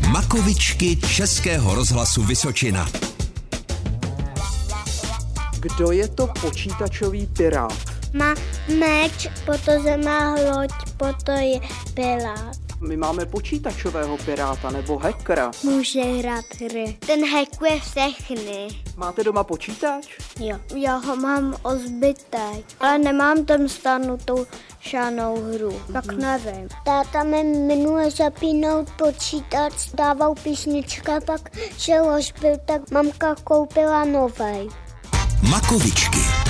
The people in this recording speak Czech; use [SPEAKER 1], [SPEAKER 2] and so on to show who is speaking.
[SPEAKER 1] Píkovičky Českého rozhlasu Vysočina.
[SPEAKER 2] Kdo je to počítačový pirát?
[SPEAKER 3] Má meč, potom má loď, potom je pilát.
[SPEAKER 2] My máme počítačového piráta nebo hackera.
[SPEAKER 3] Může hrát hry. Ten hackuje všechny.
[SPEAKER 2] Máte doma počítač?
[SPEAKER 3] Jo. Já ho mám o zbytek, ale nemám tam stanotou žádnou hru. Tak nevím. Mhm. Táta mi minule zapínal počítač, dával písnička, pak šel ho zbytek, mamka koupila novej.
[SPEAKER 1] Makovičky.